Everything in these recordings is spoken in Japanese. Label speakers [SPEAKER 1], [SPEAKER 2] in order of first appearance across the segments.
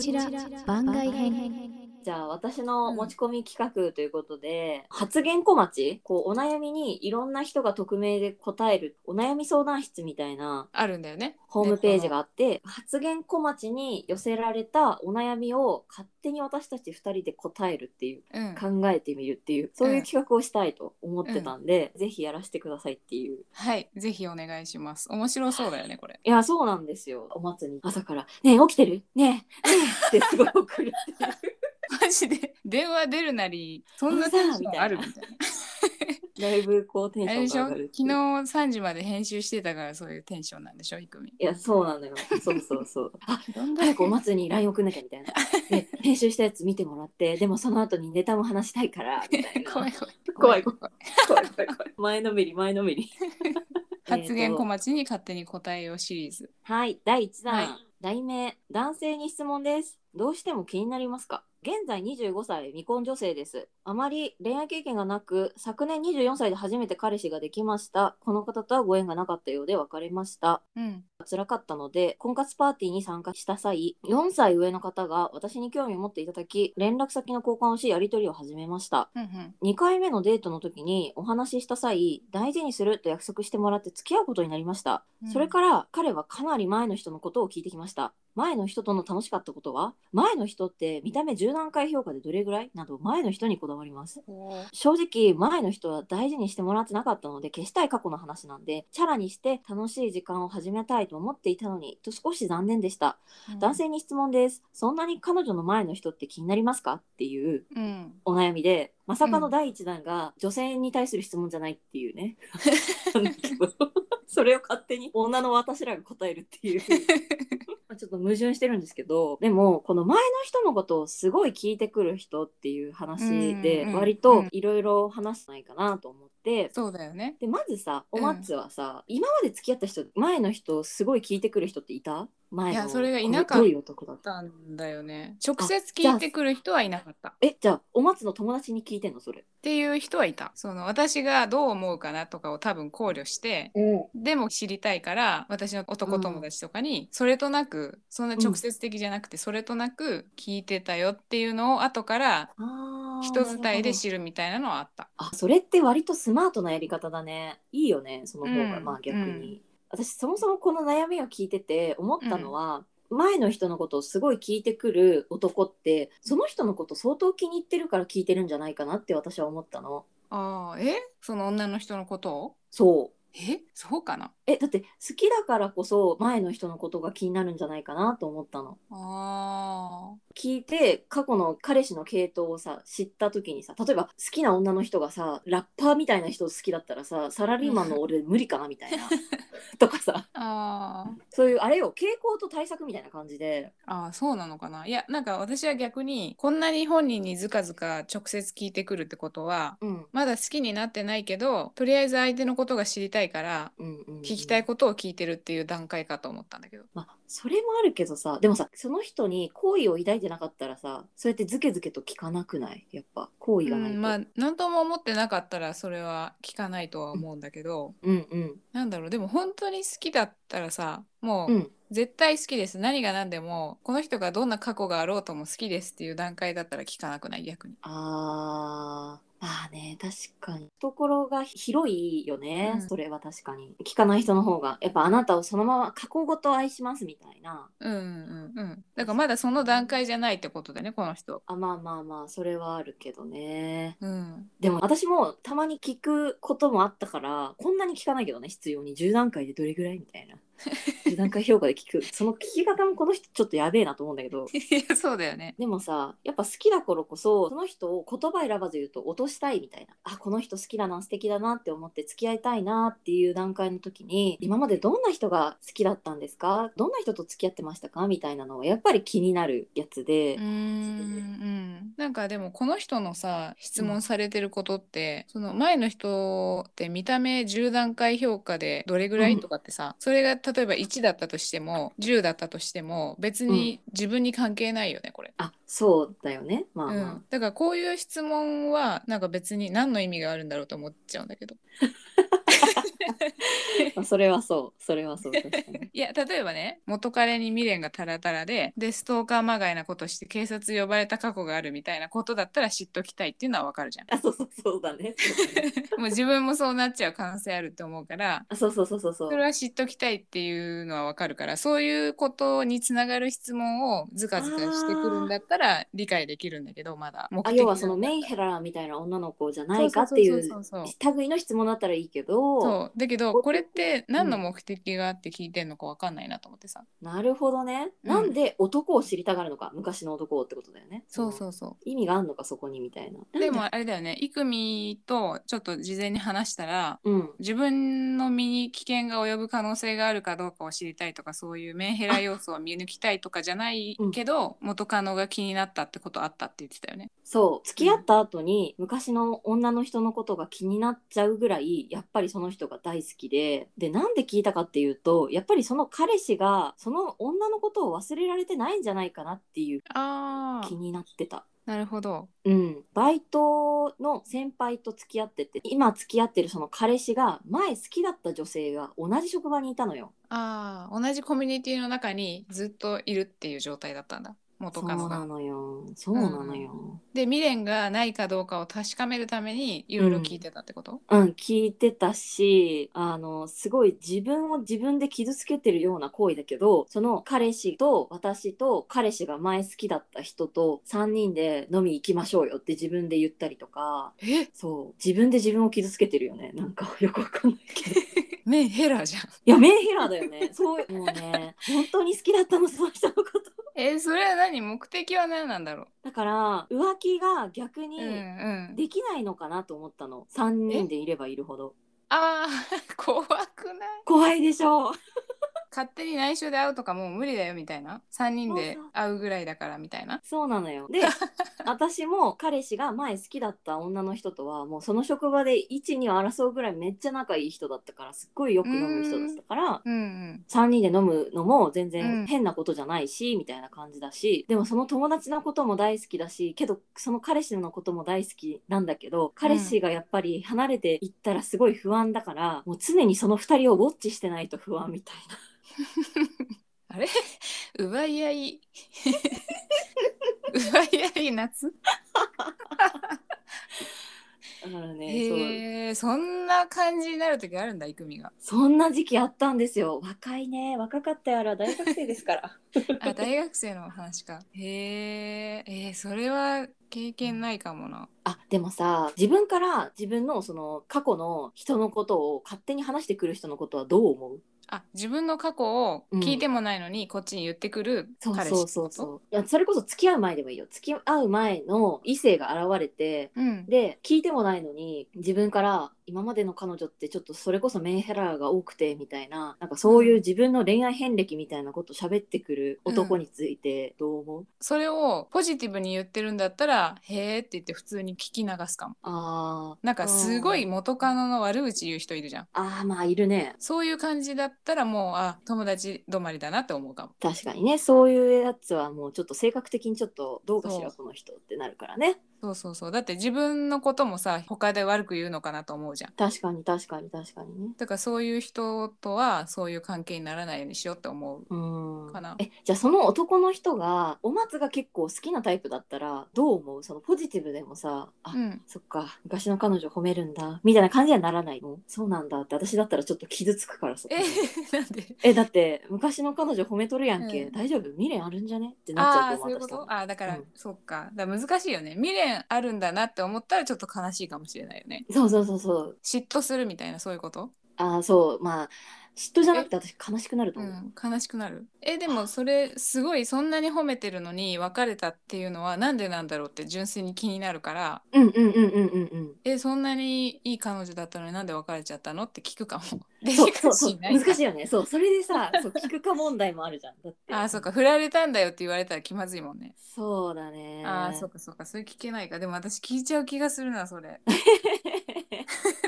[SPEAKER 1] ちら番外編
[SPEAKER 2] じゃあ私の持ち込み企画ということで、発言小町こうお悩みにいろんな人が匿名で答えるお悩み相談室みたいな
[SPEAKER 3] あるんだよね。
[SPEAKER 2] ホームページが
[SPEAKER 3] ね
[SPEAKER 2] あって、発言小町に寄せられたお悩みを勝手に私たち2人で答えるっていう
[SPEAKER 3] うん、
[SPEAKER 2] 考えてみるっていうそういう企画をしたいと思ってたんで、ぜひやらせてくださいっていう
[SPEAKER 3] はい、ぜひお願いします。面白そうだよね、これ。
[SPEAKER 2] いやそうなんですよお祭り朝から「ねえ起きてるねえねえ」ってすごい送 るっていう
[SPEAKER 3] マジで電話出るなり、そんなテンションあるみたいな。
[SPEAKER 2] だいぶこうテン
[SPEAKER 3] あ
[SPEAKER 2] シ
[SPEAKER 3] れ
[SPEAKER 2] ョン
[SPEAKER 3] でし
[SPEAKER 2] が
[SPEAKER 3] ょ
[SPEAKER 2] 上がる
[SPEAKER 3] 昨
[SPEAKER 2] って
[SPEAKER 3] 日
[SPEAKER 2] いう
[SPEAKER 3] 3時まで編集してたからそういうテンションなんでしょ、ひくみ。
[SPEAKER 2] いやそうなのよそうそうそう あ
[SPEAKER 3] どん
[SPEAKER 2] 早くお祭りに LINE 送んなきゃみたいな、ね、編集したやつ見てもらってでもその後にネタも話したいからみたいな
[SPEAKER 3] 怖い怖い。
[SPEAKER 2] 怖い怖怖い怖い怖い 前のめり前のめり
[SPEAKER 3] 発言小
[SPEAKER 2] えーと
[SPEAKER 3] 町に勝手に答えようシリーズ。
[SPEAKER 2] はい第1弾、
[SPEAKER 3] はい
[SPEAKER 2] 題名男性に質問ですどうしても気になりますか現在25歳未婚女性ですあまり恋愛経験がなく昨年24歳で初めて彼氏ができましたこの方とはご縁がなかったようで別れました
[SPEAKER 3] うん。
[SPEAKER 2] 辛かったので婚活パーティーに参加した際4歳上の方が私に興味を持っていただき連絡先の交換をしやり取りを始めました
[SPEAKER 3] うんうん。
[SPEAKER 2] 2回目のデートの時にお話しした際大事にすると約束してもらって付き合うことになりました、
[SPEAKER 3] うん
[SPEAKER 2] それから彼はかなり前の人のことを聞いてきました前の人との楽しかったことは前の人って見た目10段階評価でどれぐらいなど前の人にこだわります
[SPEAKER 3] こう
[SPEAKER 2] 正直前の人は大事にしてもらってなかったので消したい過去の話なんでチャラにして楽しい時間を始めたいと思っていたのにと少し残念でした男。性に質問ですそんなに彼女の前の人って気になりますかっていう
[SPEAKER 3] うん。
[SPEAKER 2] お悩みでまさかの第一弾が女性に対する質問じゃないってい うね、なんだけどそれを勝手に女の私らが答えるっ ていうまあちょっと矛盾してるんですけどでもこの前の人のことをすごい聞いてくる人っていう話
[SPEAKER 3] うんうん
[SPEAKER 2] で
[SPEAKER 3] うん
[SPEAKER 2] 割といろいろ話せないかなと思って。
[SPEAKER 3] そうだよね。
[SPEAKER 2] でまずさお松はさ、今まで付き合った人前の人すごい聞いてくる人っていた前の
[SPEAKER 3] いやそれがいなかった
[SPEAKER 2] どういう男だった
[SPEAKER 3] たんだよね。直接聞いてくる人はいなかった。っ
[SPEAKER 2] えじゃあお松の友達に聞いてんのそれ、
[SPEAKER 3] ていう人はいた。その私がどう思うかなとかを多分考慮して、でも知りたいから私の男友達とかにそれとなくそんな直接的じゃなくてそれとなく聞いてたよっていうのを後から
[SPEAKER 2] あー
[SPEAKER 3] 人伝いで
[SPEAKER 2] なる
[SPEAKER 3] 知るみたいなのはあった。
[SPEAKER 2] ほどあそれって割とスマートなやり方だねいいよねその方が、
[SPEAKER 3] うん
[SPEAKER 2] まあ逆に、私そもそもこの悩みを聞いてて思ったのは、前の人のことをすごい聞いてくる男ってその人のこと相当気に入ってるから聞いてるんじゃないかなって私は思ったの
[SPEAKER 3] ああえその女の人のことを
[SPEAKER 2] そう
[SPEAKER 3] えそうかな
[SPEAKER 2] えだって好きだからこそ前の人のことが気になるんじゃないかなと思ったの
[SPEAKER 3] あ
[SPEAKER 2] 聞いて過去の彼氏の系統をさ知った時にさ例えば好きな女の人がさラッパーみたいな人好きだったらさサラリーマン の俺無理かなみたいな とかさ
[SPEAKER 3] ーあー
[SPEAKER 2] そういうあれよ傾向と対策みたいな感じで
[SPEAKER 3] あーそうなのかないやなんか私は逆にこんなに本人にずかずか直接聞いてくるってことは
[SPEAKER 2] うん
[SPEAKER 3] まだ好きになってないけどとりあえず相手のことが知りたいから
[SPEAKER 2] うんうんうん、
[SPEAKER 3] 聞きたいことを聞いてるっていう段階かと思ったんだけど
[SPEAKER 2] まあそれもあるけどさでもさその人に好意を抱いてなかったらさそうやってズケズケと聞かなくないやっぱ好意
[SPEAKER 3] う
[SPEAKER 2] がないと、うんん
[SPEAKER 3] まあ何とも思ってなかったらそれは聞かないとは思うんだけど、
[SPEAKER 2] うんうん
[SPEAKER 3] なんだろうでも本当に好きだったらさもう、
[SPEAKER 2] うん
[SPEAKER 3] 絶対好きです何が何でもこの人がどんな過去があろうとも好きですっていう段階だったら聞かなくない逆に。
[SPEAKER 2] あーまあね確かに懐が広いよね、
[SPEAKER 3] うん
[SPEAKER 2] それは確かに聞かない人の方がやっぱあなたをそのまま過去ごと愛しますみたいな
[SPEAKER 3] うんうんうん。だからまだその段階じゃないってことだねこの人。
[SPEAKER 2] あまあまあまあそれはあるけどね
[SPEAKER 3] うん。
[SPEAKER 2] でも私もたまに聞くこともあったからこんなに聞かないけどね必要に10段階でどれぐらいみたいな10段階評価で聞くその聞き方もこの人ちょっとやべえなと思うんだけど
[SPEAKER 3] いやそうだよね。
[SPEAKER 2] でもさやっぱ好きだ頃こそその人を言葉選ばず言うと落としたいみたいなあこの人好きだな素敵だなって思って付き合いたいなっていう段階の時に今までどんな人が好きだったんですかどんな人と付き合ってましたかみたいなのはやっぱり気になるやつで
[SPEAKER 3] うーんうん。なんかでもこの人のさ質問されてることって、その前の人って見た目10段階評価でどれぐら
[SPEAKER 2] う
[SPEAKER 3] い
[SPEAKER 2] ん
[SPEAKER 3] とかってさ、それが例えば1だったとしても10だったとしても別に自分に関係ないよねこれ。
[SPEAKER 2] あそうだよねまあ
[SPEAKER 3] う
[SPEAKER 2] まあ
[SPEAKER 3] ん、だからこういう質問はなんか別に何の意味があるんだろうと思っちゃうんだけど
[SPEAKER 2] まあそれはそうそれはそう確か に
[SPEAKER 3] いや例えばね元彼に未練がタラタラででストーカーまがいなことして警察呼ばれた過去があるみたいなことだったら知っときたいっていうのはわかるじゃん
[SPEAKER 2] あそうそうそうだねそうだね
[SPEAKER 3] もう自分もそうなっちゃう可能性あるって思うから
[SPEAKER 2] あそうそうそうそうそう
[SPEAKER 3] それは知っときたいっていうのはわかるからそういうことにつながる質問をずかずかしてくるんだったら理解できるんだけどまだ目
[SPEAKER 2] あ
[SPEAKER 3] 的
[SPEAKER 2] 要はその
[SPEAKER 3] なんだ
[SPEAKER 2] メイヘラーみたいな女の子じゃないかってい
[SPEAKER 3] そううそうそうそうそう
[SPEAKER 2] 類の質問だったらいいけど
[SPEAKER 3] そうだけどこれって何の目的があって聞いてんのかわかんないなと思ってさ、
[SPEAKER 2] なるほどね、
[SPEAKER 3] うん
[SPEAKER 2] なんで男を知りたがるのか昔の男をってことだよね
[SPEAKER 3] そうそううそ
[SPEAKER 2] 意味があるのかそこにみたいな
[SPEAKER 3] うでもあれだよねイクミとちょっと事前に話したら
[SPEAKER 2] うん
[SPEAKER 3] 自分の身に危険が及ぶ可能性があるかどうかを知りたいとかそういうメンヘラ要素を見抜きたいとかじゃないけど、元カノが気になったってことあったって言ってたよね。
[SPEAKER 2] そう付き合った後に昔の女の人のことが気になっちゃうぐらいやっぱりその人が大好きででなんで聞いたかっていうとやっぱりその彼氏がその女のことを忘れられてないんじゃないかなっていう
[SPEAKER 3] あ
[SPEAKER 2] 気になってた。
[SPEAKER 3] なるほど。
[SPEAKER 2] うん、バイトの先輩と付き合ってて今付き合ってるその彼氏が前好きだった女性が同じ職場にいたのよ。
[SPEAKER 3] ああ同じコミュニティの中にずっといるっていう状態だったんだ元
[SPEAKER 2] そう
[SPEAKER 3] カノ
[SPEAKER 2] な
[SPEAKER 3] が。
[SPEAKER 2] のよそうなのよ。
[SPEAKER 3] で未練がないかどうかを確かめるためにいろいろ聞いてたってこと、
[SPEAKER 2] うん、聞いてたし、あの、すごい自分を自分で傷つけてるような行為だけど、その彼氏と私と彼氏が前好きだった人と3人で飲み行きましょうよって自分で言ったりとか、
[SPEAKER 3] え
[SPEAKER 2] そう、自分で自分を傷つけてるよね。なんかよくわかんないけ ど。い
[SPEAKER 3] メンヘラじゃん。
[SPEAKER 2] や、メンヘラーだよね。そう、もうね、本当に好きだったの、その人のこと。
[SPEAKER 3] えそれは何目的は何なんだろ
[SPEAKER 2] だから、浮気が逆
[SPEAKER 3] う、
[SPEAKER 2] に、
[SPEAKER 3] うんうん、
[SPEAKER 2] できないのかなと思ったの3人でいればいるほど
[SPEAKER 3] あー 怖くない
[SPEAKER 2] 怖いでしょ
[SPEAKER 3] 勝手に内緒で会うとかもう無理だよみたいな3人で会うぐらいだからみたいな
[SPEAKER 2] そうなの よ。で私も彼氏が前好きだった女の人とはもうその職場で12を争うぐらいめっちゃ仲いい人だったからすっごいよく飲む人だったから。
[SPEAKER 3] うんうん
[SPEAKER 2] 3人で飲むのも全
[SPEAKER 3] うん
[SPEAKER 2] 然変なことじゃないし、みたいな感じだしでもその友達のことも大好きだしけどその彼氏のことも大好きなんだけど彼氏がやっぱり離れていったらすごい不安だからもう常にその2人をウォッチしてないと不安みたいな。
[SPEAKER 3] あれ 奪い合い 奪い合い 夏
[SPEAKER 2] だからねそう
[SPEAKER 3] へえそんな感じになる時あるんだ育美 が
[SPEAKER 2] そんな時期あったんですよ若いね若かったやら大学生ですから。
[SPEAKER 3] あ大学生の話かへええーそれは経験ないかもな
[SPEAKER 2] あでもさ自分から自分のその過去の人のことを勝手に話してくる人のことはどう思う
[SPEAKER 3] あ自分の過去を聞いてもないのにこっちに言ってくる
[SPEAKER 2] そう
[SPEAKER 3] 彼氏
[SPEAKER 2] そうそうそういやそれこそ付き合う前でもいいよ付き合う前の異性が現れて
[SPEAKER 3] うん
[SPEAKER 2] で聞いてもないのに自分から今までの彼女ってちょっとそれこそメンヘラが多くてみたいななんかそういう自分の恋愛遍歴みたいなこと喋ってくる男についてどう思う、
[SPEAKER 3] それをポジティブに言ってるんだったら「へえ」って言って普通に聞き流すかも
[SPEAKER 2] あー
[SPEAKER 3] なんかすごい元カノの悪口言う人いるじゃん
[SPEAKER 2] あーまあいるね
[SPEAKER 3] そういう感じだったらもうあ友達止まりだなって思うかも
[SPEAKER 2] 確かにねそういうやつはもうちょっと性格的にちょっとどうかしら
[SPEAKER 3] そ
[SPEAKER 2] この人ってなるからね
[SPEAKER 3] そうそうそうだって自分のこともさ他で悪く言うのかなと思うじゃん
[SPEAKER 2] 確かに確かに確かにね
[SPEAKER 3] だからそういう人とはそういう関係にならないようにしようって思う
[SPEAKER 2] うーん
[SPEAKER 3] かな
[SPEAKER 2] えじゃあその男の人がお松が結構好きなタイプだったらどう思うそのポジティブでもさあ、
[SPEAKER 3] うん
[SPEAKER 2] そっか昔の彼女褒めるんだみたいな感じにはならないのそうなんだって私だったらちょっと傷つくからさ
[SPEAKER 3] え なんで
[SPEAKER 2] えだって昔の彼女褒めとるやんけ、
[SPEAKER 3] うん
[SPEAKER 2] 大丈夫未練あるんじゃねってなっちゃ
[SPEAKER 3] ああ
[SPEAKER 2] う
[SPEAKER 3] ー
[SPEAKER 2] と
[SPEAKER 3] そうい
[SPEAKER 2] 思
[SPEAKER 3] う
[SPEAKER 2] う
[SPEAKER 3] こ
[SPEAKER 2] 私多
[SPEAKER 3] と
[SPEAKER 2] 分
[SPEAKER 3] あーだから、
[SPEAKER 2] うん
[SPEAKER 3] そっかだから難しいよね未練あるんだなって思ったらちょっと悲しいかもしれないよね
[SPEAKER 2] そうそうそうそう
[SPEAKER 3] 嫉妬するみたいなそういうこと
[SPEAKER 2] ああそうまあ嫉妬じゃなくて私悲しくなると
[SPEAKER 3] う
[SPEAKER 2] 思う、
[SPEAKER 3] ん、悲しくなるえでもそれすごいそんなに褒めてるのに別れたっていうのはなんでなんだろうって純粋に気になるから
[SPEAKER 2] うんうんうんうんうんうん。
[SPEAKER 3] えそんなにいい彼女だったのになんで別れちゃったのって聞くかも。で
[SPEAKER 2] そうそう
[SPEAKER 3] し
[SPEAKER 2] そう
[SPEAKER 3] いない
[SPEAKER 2] 難しいよね。そうそれでさ、そう聞くか問題もあるじゃん。だって。
[SPEAKER 3] あーそうか。振られたんだよって言われたら気まずいもんね。
[SPEAKER 2] そうだね。
[SPEAKER 3] ああそうかそうかそれ聞けないかでも私聞いちゃう気がするなそ れ。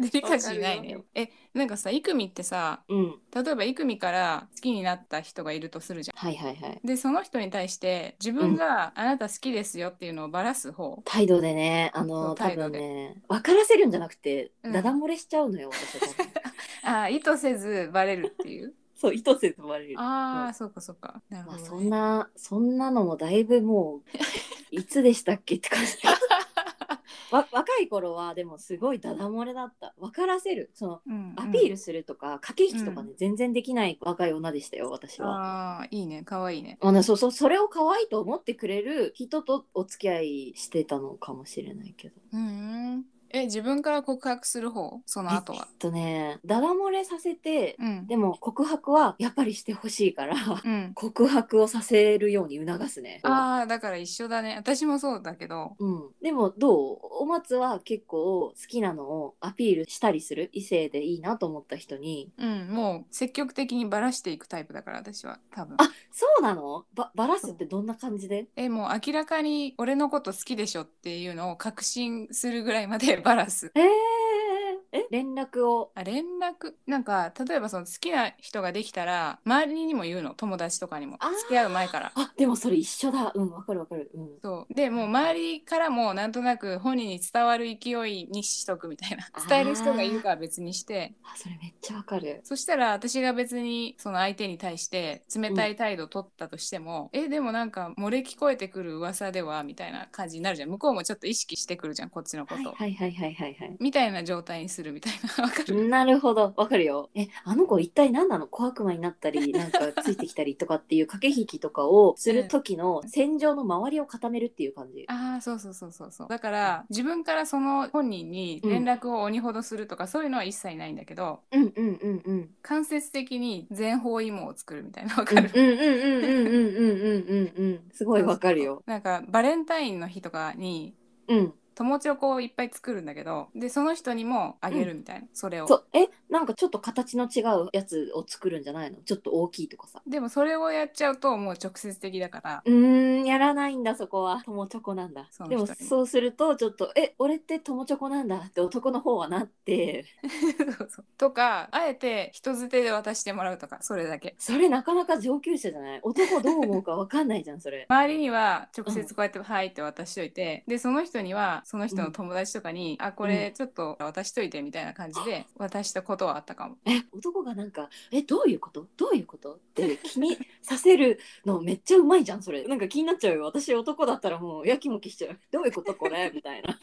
[SPEAKER 3] デリカシーないね
[SPEAKER 2] わ。
[SPEAKER 3] えなんかさイクミってさ
[SPEAKER 2] うん。
[SPEAKER 3] 例えばイクミから好きになった人がいるとするじゃん
[SPEAKER 2] はいはいはい。
[SPEAKER 3] でその人に対して自分があなた好きですよっていうのをばらす方、
[SPEAKER 2] 態度でね、あ
[SPEAKER 3] そ
[SPEAKER 2] の
[SPEAKER 3] う
[SPEAKER 2] 多
[SPEAKER 3] 態度
[SPEAKER 2] 分
[SPEAKER 3] で
[SPEAKER 2] ね、分からせるんじゃなくて、
[SPEAKER 3] うん
[SPEAKER 2] ダダ漏れしちゃうのよ。私は多分
[SPEAKER 3] あ意図せずバレるっていう
[SPEAKER 2] そう意図せずバレる
[SPEAKER 3] あ
[SPEAKER 2] う
[SPEAKER 3] あそうかそうかなるほ
[SPEAKER 2] ま
[SPEAKER 3] どね、
[SPEAKER 2] あ、そんなそんなのもだいぶも ういつでしたっけって感じわ若い頃はでもすごいダダ漏れだった分からせるその
[SPEAKER 3] うんうん
[SPEAKER 2] アピールするとか、駆け引きとかね、全然できない若い女でしたよ私は。
[SPEAKER 3] ああいいね可愛いね
[SPEAKER 2] あね、そうそうそれを可愛いと思ってくれる人とお付き合いしてたのかもしれないけど
[SPEAKER 3] うんえ自分から告白する方その後は
[SPEAKER 2] えっとねダダ漏れさせて
[SPEAKER 3] うん
[SPEAKER 2] でも告白はやっぱりしてほしいから
[SPEAKER 3] うん
[SPEAKER 2] 告白をさせるように促すね
[SPEAKER 3] ああだから一緒だね私もそうだけど
[SPEAKER 2] うん、でもどうお松は結構好きなのをアピールしたりする異性でいいなと思った人に
[SPEAKER 3] うんもう積極的にバラしていくタイプだから私は多分
[SPEAKER 2] あそうなのばばらすってどんな感じで
[SPEAKER 3] えもう明らかに俺のこと好きでしょっていうのを確信するぐらいまでバラす
[SPEAKER 2] えー、え連絡を
[SPEAKER 3] あ連絡なんか例えばその好きな人ができたら周りにも言うの友達とかにも
[SPEAKER 2] あー
[SPEAKER 3] 付き合う前から
[SPEAKER 2] あでもそれ一緒だうんわかるわかるうん
[SPEAKER 3] そうでもう周りからもなんとなく本人に伝わる勢いにしとくみたいな
[SPEAKER 2] あー
[SPEAKER 3] 伝える人がいるから別にして
[SPEAKER 2] あそれめっちゃわかる
[SPEAKER 3] そしたら私が別にその相手に対して冷たい態度を取ったとしても、えでもなんか漏れ聞こえてくる噂ではみたいな感じになるじゃん向こうもちょっと意識してくるじゃんこっちのこ
[SPEAKER 2] はい
[SPEAKER 3] と、
[SPEAKER 2] はいはいはいはいはい
[SPEAKER 3] みたいな状態にするみたいなわかる
[SPEAKER 2] なるほどわかるよえあの子一体何なの小悪魔になっ たりなんかついてきたりとかっていう駆け引きとかをする時の戦場の周りを固めるっていう感じ
[SPEAKER 3] ああそうそうそうそうそうだから自分からその本人に連絡を鬼ほどするとか、そういうのは一切ないんだけど
[SPEAKER 2] うんうんうんうん
[SPEAKER 3] 間接的に全方位網を作るみたいなわ
[SPEAKER 2] うん
[SPEAKER 3] か
[SPEAKER 2] うん
[SPEAKER 3] る、
[SPEAKER 2] うんうんうんうんうんうんうんうんすごいわかるよ。
[SPEAKER 3] なんかバレンタインの日とかに
[SPEAKER 2] うん。
[SPEAKER 3] 友チョコをいっぱい作るんだけどでその人にもあげるみたいな、それを
[SPEAKER 2] そうえなんかちょっと形の違うやつを作るんじゃないのちょっと大きいとかさ。
[SPEAKER 3] でもそれをやっちゃうともう直接的だから
[SPEAKER 2] うーんやらないんだそこは友チョコなんだ
[SPEAKER 3] そ。の
[SPEAKER 2] で
[SPEAKER 3] 人
[SPEAKER 2] も
[SPEAKER 3] に
[SPEAKER 2] そうするとちょっとえ俺って友チョコなんだって男の方はなって
[SPEAKER 3] そうそうとかあえて人捨てで渡してもらうとかそれだけ。
[SPEAKER 2] それなかなか上級者じゃない男どう思うかわかんないじゃんそれ
[SPEAKER 3] 周りには直接こうやって「はい」って渡しといて、でその人にはその人の友達とかに「あこれちょっと渡しといて」みたいな感じで渡したことはあったかも
[SPEAKER 2] え男がなんかえどういうことどういうことって気にさせるのめっちゃうまいじゃんそれ なんか気になっちゃうよ私男だったらもうやきもきしちゃうどういうことこ れみたいな。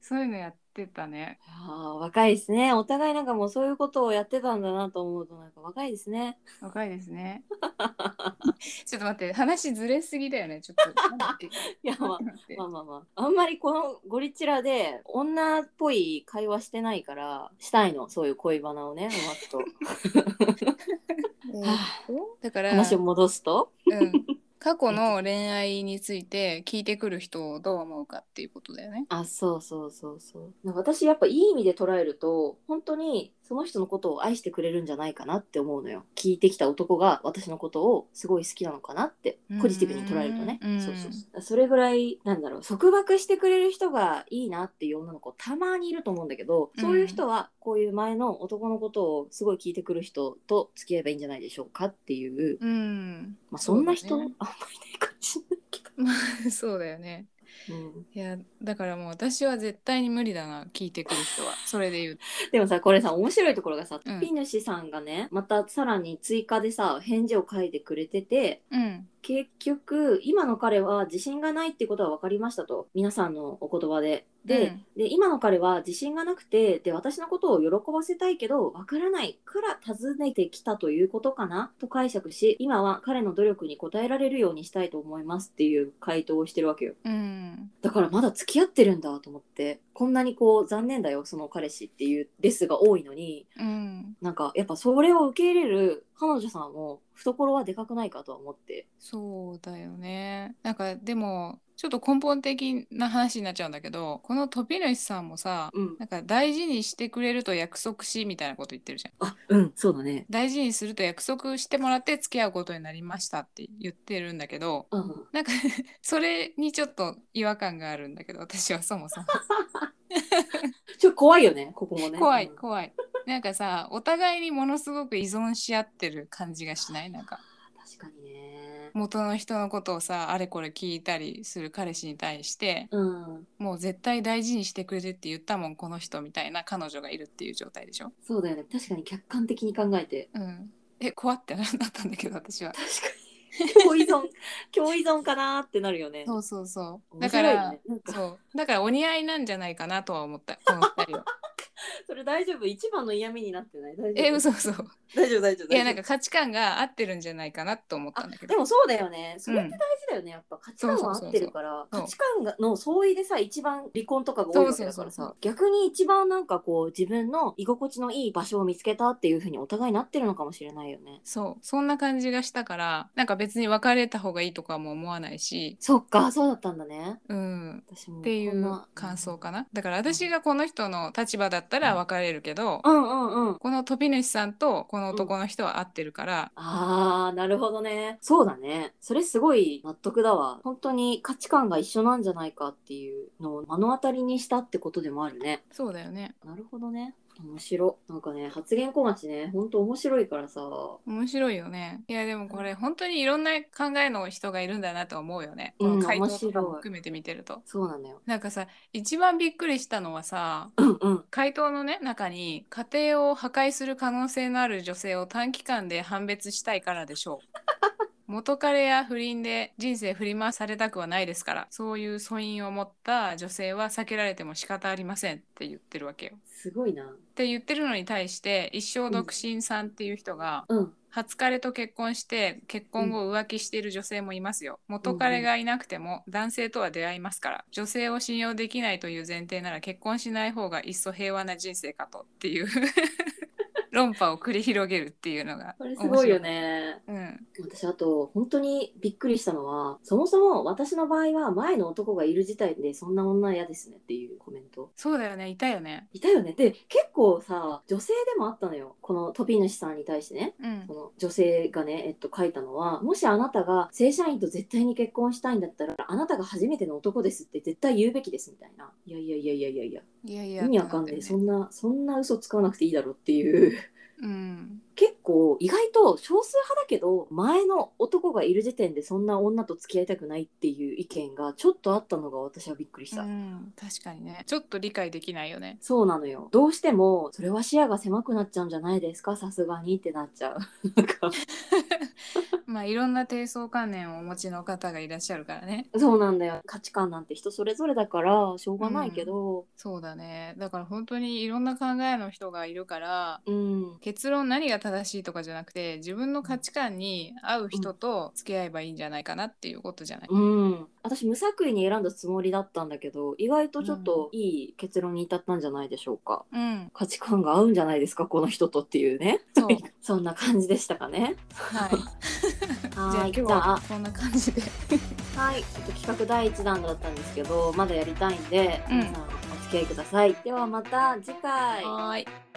[SPEAKER 3] そういうのやってたね
[SPEAKER 2] あー若いですねお互いなんかもうそういうことをやってたんだなと思うとなんか若いですね
[SPEAKER 3] 若いです ねちょっと待って話ずれすぎだよねちょっと待って
[SPEAKER 2] いやまあ
[SPEAKER 3] 待って
[SPEAKER 2] まあまあまああんまりこのゴリチラで女っぽい会話してないからしたいのそういう恋バナをねう まくと
[SPEAKER 3] だから
[SPEAKER 2] 話を戻すと
[SPEAKER 3] うん、過去の恋愛について聞いてくる人をどう思うかっていうことだよね。
[SPEAKER 2] あそうそうそうそうなんか私やっぱいい意味で捉えると本当にその人のことを愛してくれるんじゃないかなって思うのよ聞いてきた男が私のことをすごい好きなのかなって
[SPEAKER 3] うん
[SPEAKER 2] ポジティブに捉えるとね
[SPEAKER 3] うん
[SPEAKER 2] そうそうそうそれぐらいなんだろう束縛してくれる人がいいなっていう女の子たまにいると思うんだけどそういう人はこういう前の男のことをすごい聞いてくる人と付き合えばいいんじゃないでしょうかっていう、
[SPEAKER 3] うん、
[SPEAKER 2] まあ、そんな人
[SPEAKER 3] そ
[SPEAKER 2] あ
[SPEAKER 3] うんだ
[SPEAKER 2] まり
[SPEAKER 3] ね
[SPEAKER 2] いないかもしれないけ
[SPEAKER 3] まあそうだよね。
[SPEAKER 2] ど。うん
[SPEAKER 3] いやだからもう私は絶対に無理だな聞いてくる人はそれで言うと。
[SPEAKER 2] でもさこれさ面白いところがさ、
[SPEAKER 3] うん
[SPEAKER 2] ピヌシさんがねまたさらに追加でさ返事を書いてくれてて
[SPEAKER 3] うん
[SPEAKER 2] 結局今の彼は自信がないってことは分かりましたと皆さんのお言葉で。で,、
[SPEAKER 3] うん
[SPEAKER 2] で今の彼は自信がなくてで私のことを喜ばせたいけど分からないから訪ねてきたということかなと解釈し今は彼の努力に応えられるようにしたいと思いますっていう回答をしてるわけよ。
[SPEAKER 3] うん
[SPEAKER 2] だからまだ付き合ってるんだと思ってこんなにこう残念だよその彼氏っていうレスが多いのに
[SPEAKER 3] うん
[SPEAKER 2] なんかやっぱそれを受け入れる彼女さんも懐はでかくないかとは思って
[SPEAKER 3] そうだよね。なんかでもちょっと根本的な話になっちゃうんだけどこの飛び主さんもさ
[SPEAKER 2] うん
[SPEAKER 3] なんか大事にしてくれると約束しみたいなこと言ってるじゃん。
[SPEAKER 2] あうんそうだね
[SPEAKER 3] 大事にすると約束してもらって付き合うことになりましたって言ってるんだけど
[SPEAKER 2] うん
[SPEAKER 3] なんか それにちょっと違和感があるんだけど私はそもそも
[SPEAKER 2] ちょっと怖いよねここもね
[SPEAKER 3] 怖い
[SPEAKER 2] うん
[SPEAKER 3] 怖いなんかさお互いにものすごく依存し合ってる感じがしないなんか
[SPEAKER 2] 確かにね
[SPEAKER 3] 元の人のことをさあれこれ聞いたりする彼氏に対して
[SPEAKER 2] うん、
[SPEAKER 3] もう絶対大事にしてくれてって言ったもんこの人みたいな彼女がいるっていう状態でしょ。
[SPEAKER 2] そうだよね確かに客観的に考えて
[SPEAKER 3] うん、え怖ってなったんだけど私は。
[SPEAKER 2] 確かに 共依存共依存かなーってなるよね
[SPEAKER 3] そうそうそう。だ
[SPEAKER 2] 面
[SPEAKER 3] か
[SPEAKER 2] 白いよ
[SPEAKER 3] ら、
[SPEAKER 2] ねなんか
[SPEAKER 3] そうだからお似合いなんじゃないかなとは思ったこの二人 は。
[SPEAKER 2] それ大丈夫一番の嫌味になってない大丈夫
[SPEAKER 3] え嘘嘘。
[SPEAKER 2] 大丈夫大丈夫大丈夫
[SPEAKER 3] いやなんか価値観が合ってるんじゃないかなと思った
[SPEAKER 2] あ
[SPEAKER 3] んだけど。
[SPEAKER 2] でもそうだよねそれって
[SPEAKER 3] うん
[SPEAKER 2] 大事だよね、やっぱ価値観は合ってるから
[SPEAKER 3] そうそうそうそう
[SPEAKER 2] 価値観がの相違でさ一番離婚とかが多いわけだからさ
[SPEAKER 3] そうそうそう
[SPEAKER 2] 逆に一番なんかこう自分の居心地のいい場所を見つけたっていうふうにお互いなってるのかもしれないよね
[SPEAKER 3] そうそんな感じがしたからなんか別に別れた方がいいとかも思わないし、
[SPEAKER 2] そっかそうだったんだね
[SPEAKER 3] うん、
[SPEAKER 2] 私も
[SPEAKER 3] ってい
[SPEAKER 2] こん
[SPEAKER 3] う
[SPEAKER 2] な
[SPEAKER 3] 感想かなだから私がこの人の立場だったら別れるけど、
[SPEAKER 2] うんうんうん
[SPEAKER 3] この飛び主さんとこの男の人は合ってるから、
[SPEAKER 2] あーなるほどねそうだねそれすごい納得だわ本当に価値観が一緒なんじゃないかっていうのを目の当たりにしたってことでもあるね
[SPEAKER 3] そうだよね
[SPEAKER 2] なるほどね。面白。なんかね、発言小町ね、ほんと面白いからさ。
[SPEAKER 3] 面白いよねいやでもこれ本当にいろんな考えの人がいるんだなと思うよね、
[SPEAKER 2] うん
[SPEAKER 3] この回答とか
[SPEAKER 2] 面白
[SPEAKER 3] も
[SPEAKER 2] い
[SPEAKER 3] 含めて見てると。
[SPEAKER 2] そうなのよ。
[SPEAKER 3] なんかさ一番びっくりしたのはさ
[SPEAKER 2] うんうん。
[SPEAKER 3] 回答のね中に家庭を破壊する可能性のある女性を短期間で判別したいからでしょう元彼や不倫で人生振り回されたくはないですからそういう素因を持った女性は避けられても仕方ありませんって言ってるわけよ。
[SPEAKER 2] すごいな。
[SPEAKER 3] って言ってるのに対して一生独身さんっていう人が、
[SPEAKER 2] うん。
[SPEAKER 3] 初彼と結婚して結婚後浮気している女性もいますよ元彼がいなくても男性とは出会いますから女性を信用できないという前提なら結婚しない方がいっそ平和な人生かとって いう論破を繰り広げるっていうのが
[SPEAKER 2] これすごいよね。
[SPEAKER 3] 面白いうん
[SPEAKER 2] 私、あと、本当にびっくりしたのは、そもそも私の場合は、前の男がいる時点で、そんな女嫌ですねっていうコメント。
[SPEAKER 3] そうだよねいたよね
[SPEAKER 2] いたよね。で、結構さ、女性でもあったのよ。この飛び主さんに対してね。
[SPEAKER 3] うん
[SPEAKER 2] この女性がね、えっと、書いたのはもしあなたが正社員と絶対に結婚したいんだったらあなたが初めての男ですって絶対言うべきですみたいないやいやいやいやいやいや
[SPEAKER 3] いやいや
[SPEAKER 2] 意味わかんない、そんなそんな嘘使わなくていいだろうっていう
[SPEAKER 3] うん
[SPEAKER 2] 結構意外と少数派だけど前の男がいる時点でそんな女と付き合いたくないっていう意見がちょっとあったのが私はびっくりし
[SPEAKER 3] う
[SPEAKER 2] た、
[SPEAKER 3] ん、確かにねちょっと理解できないよね
[SPEAKER 2] そうなのよどうしてもそれは視野が狭くなっちゃうんじゃないですかさすがにってなっちゃうなんか
[SPEAKER 3] まあいろんな低層観念をお持ちの方がいらっしゃるからね
[SPEAKER 2] そうなんだよ価値観なんて人それぞれだからしょうがないけど、
[SPEAKER 3] そうだねだから本当にいろんな考えの人がいるから
[SPEAKER 2] うん
[SPEAKER 3] 結論何が正しいとかじゃなくて自分の価値観に合う人と付き合えばいいんじゃないかなっていうことじゃない、
[SPEAKER 2] うん、私無作為に選んだつもりだったんだけど意外とちょっといい結論に至ったんじゃないでしょうか、
[SPEAKER 3] うん、
[SPEAKER 2] 価値観が合うんじゃないですかこの人とっていうね
[SPEAKER 3] そう
[SPEAKER 2] そんな感じでしたかね
[SPEAKER 3] はいじゃ
[SPEAKER 2] は
[SPEAKER 3] あ今
[SPEAKER 2] い
[SPEAKER 3] 日
[SPEAKER 2] じゃ
[SPEAKER 3] は
[SPEAKER 2] あ
[SPEAKER 3] こんな感じで
[SPEAKER 2] はいちょっと企画第1弾だったんですけどまだやりたいんで、
[SPEAKER 3] うん
[SPEAKER 2] 皆さんお付き合いくださいではまた次回
[SPEAKER 3] はーい